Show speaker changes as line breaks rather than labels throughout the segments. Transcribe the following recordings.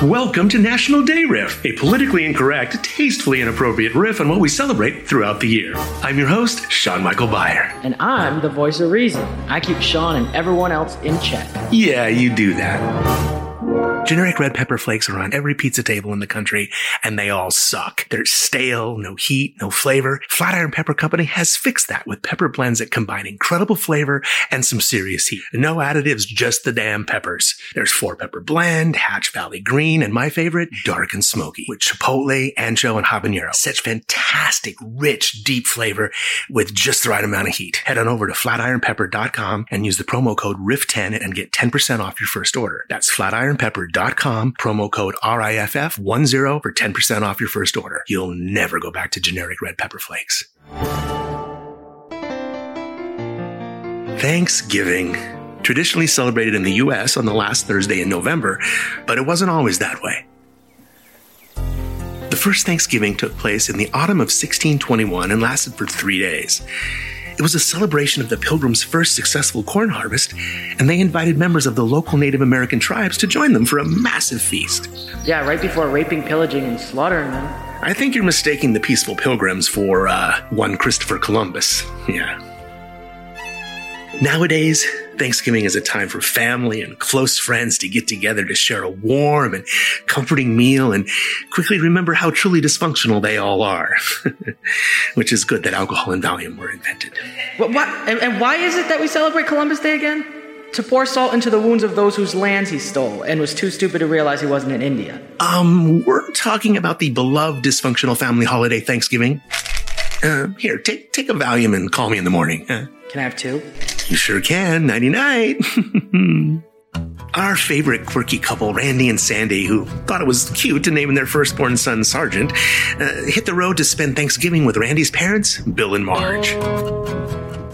Welcome to National Day Riff, a politically incorrect, tastefully inappropriate riff on what we celebrate throughout the year. I'm your host, Sean Michael Byer.
And I'm the voice of reason. I keep Sean and everyone else in check.
Yeah, you do that. Generic red pepper flakes are on every pizza table in the country, and they all suck. They're stale, no heat, no flavor. Flatiron Pepper Company has fixed that with pepper blends that combine incredible flavor and some serious heat. No additives, just the damn peppers. There's Four Pepper Blend, Hatch Valley Green, and my favorite, Dark and Smoky, with chipotle, ancho, and habanero. Such fantastic, rich, deep flavor with just the right amount of heat. Head on over to flatironpepper.com and use the promo code RIF10 and get 10% off your first order. That's flatironpepper.com, promo code RIFF10 for 10% off your first order. You'll never go back to generic red pepper flakes. Thanksgiving. Traditionally celebrated in the US on the last Thursday in November, but it wasn't always that way. The first Thanksgiving took place in the autumn of 1621 and lasted for three days. It was a celebration of the Pilgrims' first successful corn harvest, and they invited members of the local Native American tribes to join them for a massive feast.
Yeah, right before raping, pillaging, and slaughtering them.
I think you're mistaking the peaceful pilgrims for uh, one Christopher Columbus. Yeah. Nowadays, Thanksgiving is a time for family and close friends to get together to share a warm and comforting meal and quickly remember how truly dysfunctional they all are. Which is good that alcohol and Valium were invented.
What, what, and, and why is it that we celebrate Columbus Day again? To pour salt into the wounds of those whose lands he stole and was too stupid to realize he wasn't in India.
Um, we're talking about the beloved dysfunctional family holiday Thanksgiving. Uh, here, take take a Valium and call me in the morning. Uh, huh?
Can I have two?
You sure can. Nighty night. Our favorite quirky couple, Randy and Sandy, who thought it was cute to name their firstborn son Sergeant, uh, hit the road to spend Thanksgiving with Randy's parents, Bill and Marge.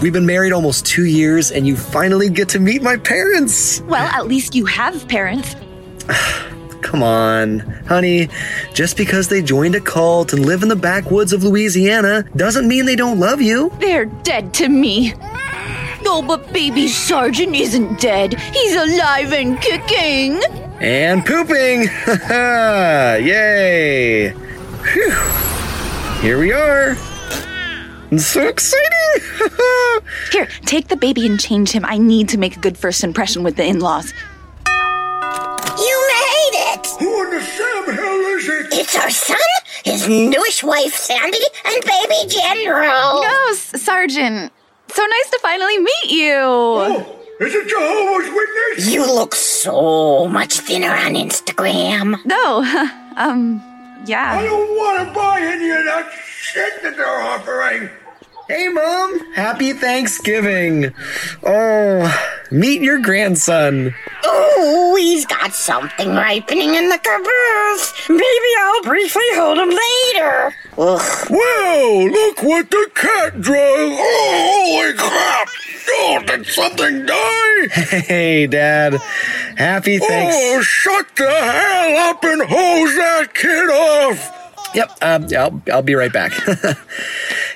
We've been married almost two years, and you finally get to meet my parents.
Well, at least you have parents.
Come on, honey. Just because they joined a cult and live in the backwoods of Louisiana doesn't mean they don't love you.
They're dead to me. No, but baby Sergeant isn't dead. He's alive and kicking.
And pooping! Yay! Phew. Here we are. It's so exciting!
Here, take the baby and change him. I need to make a good first impression with the in laws.
You made it!
Who in the Sam hell is it?
It's our son, his newish wife Sandy, and baby General.
Oh, S- Sergeant. So nice to finally meet you.
Oh, is it Jehovah's Witness?
You look so much thinner on Instagram.
No, um,
I
yeah.
don't want to buy any of that shit that they're offering.
Hey, Mom! Happy Thanksgiving! Oh, meet your grandson.
Oh, he's got something ripening in the caboose. Maybe I'll briefly hold him later. Ugh,
Well, look what the cat drew. Oh, holy crap! Oh, did something die?
Hey, Dad. Happy Thanks.
Oh, shut the hell up and hose that kid off!
Yep, um, I'll, I'll be right back.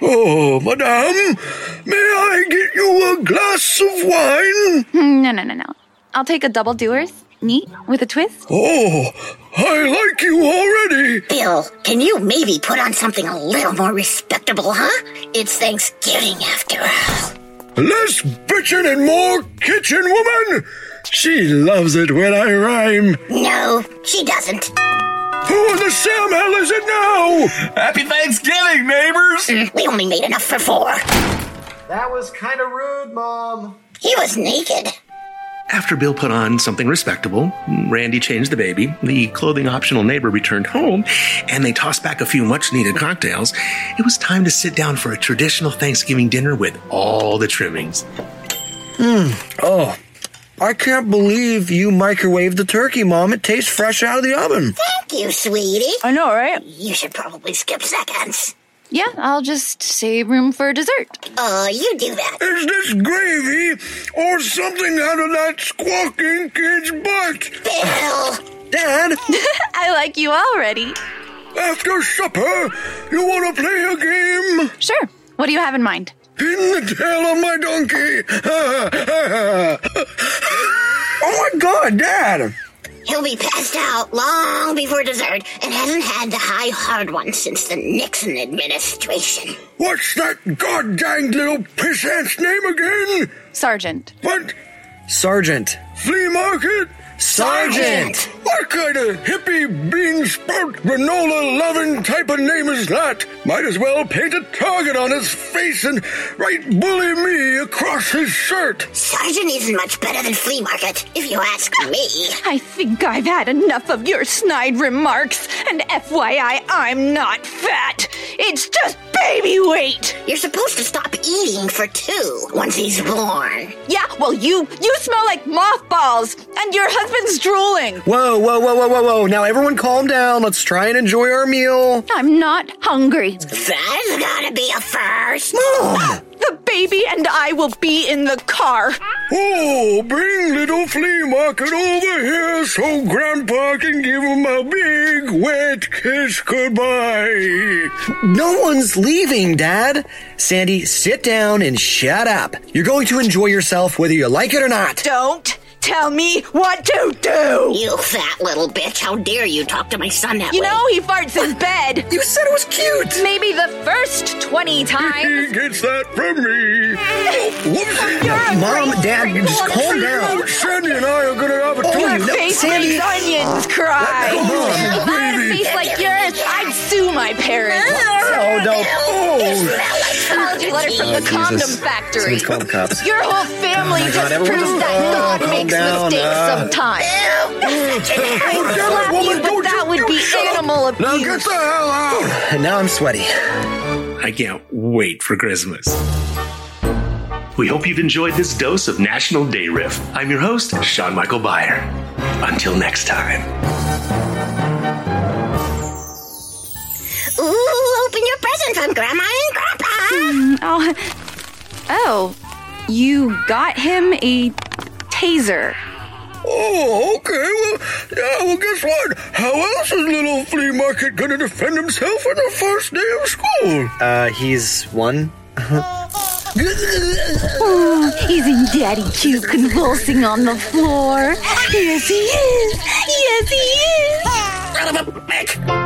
Oh, madame, may I get you a glass of wine?
Hmm, No, no, no, no. I'll take a double doers, neat, with a twist.
Oh, I like you already.
Bill, can you maybe put on something a little more respectable, huh? It's Thanksgiving after all.
Less bitchin' and more kitchen, woman.
she loves it when I rhyme.
No, she doesn't.
Who in the Sam hell is it now?
Happy Thanksgiving, neighbors!
We only made enough for four.
That was kind of rude, Mom.
He was naked.
After Bill put on something respectable, Randy changed the baby, the clothing optional neighbor returned home, and they tossed back a few much needed cocktails, it was time to sit down for a traditional Thanksgiving dinner with all the trimmings.
Oh, I can't believe you microwaved the turkey, Mom. It tastes fresh out of the oven.
Thank you, sweetie.
I know, right?
You should probably skip seconds.
Yeah, I'll just save room for dessert.
Oh, you do that.
Is this gravy or something out of that squawking kid's butt?
Bill!
Dad,
I like you already.
After supper, you want to play a game?
Sure. What do you have in mind?
Pin the tail on my donkey. oh my God, Dad!
He'll be passed out long before dessert and hasn't had the high hard one since the Nixon administration.
What's that goddamn little pissant's name again?
Sergeant.
What?
Sergeant.
Flea market?
Sergeant!
What kind of hippie bean sprout granola loving type of name is that? Might as well paint a target on his face and write bully me across his shirt.
Sergeant isn't much better than flea market, if you ask me.
I think I've had enough of your snide remarks. And FYI, I'm not fat. It's just baby weight.
You're supposed to stop eating for two once he's born.
Yeah, well, you you smell like mothballs, and your husband's drooling.
Whoa, whoa, whoa, whoa, whoa, whoa. Now everyone calm down. Let's try and enjoy our meal.
I'm not hungry.
That's gotta be a first.
The baby and I will be in the car.
Oh, bring little flea market over here so Grandpa can give him a big wet kiss goodbye.
No one's leaving, Dad. Sandy, sit down and shut up. You're going to enjoy yourself whether you like it or not.
Don't tell me what to do.
You fat little bitch, how dare you talk to my son that
You
way?
know he farts in bed.
You said it was cute.
Maybe the first 20 times.
He gets that from me.
You're a
Mom,
great
Dad, you just calm down.
Sandy and I are gonna have a
Oh,
talk.
you
Your
know,
face
Sandy.
makes onions cry.
Oh,
If I had a
baby.
face like yours, I'd sue my parents.
Oh, no.
Oh,
Apology letter from the condom
Oh, Jesus.
factory.
Somebody's called the cops.
Your whole family
my God,
just
everyone-
proves
Oh,
that
calm
God makes
down,
mistakes
uh.
sometimes.
damn it, woman,
but
don't
that
you-
would
you
be
shut up.
animal
Now
abuse.
get the hell out.
And now I'm sweaty.
I can't wait for Christmas.
We hope you've enjoyed this dose of National Day Riff.
I'm your host, Sean Michael Byer.
Until next time.
Ooh, open your present from Grandma and Grandpa.
Oh, oh, you got him a taser.
Oh, okay. Well, yeah, well, guess what? How else is little flea market gonna defend himself on the first day of school?
Uh, he's one.
Isn't Daddy cute convulsing on the floor? Yes, he is. Yes, he is.
Ah.
Son of a bitch!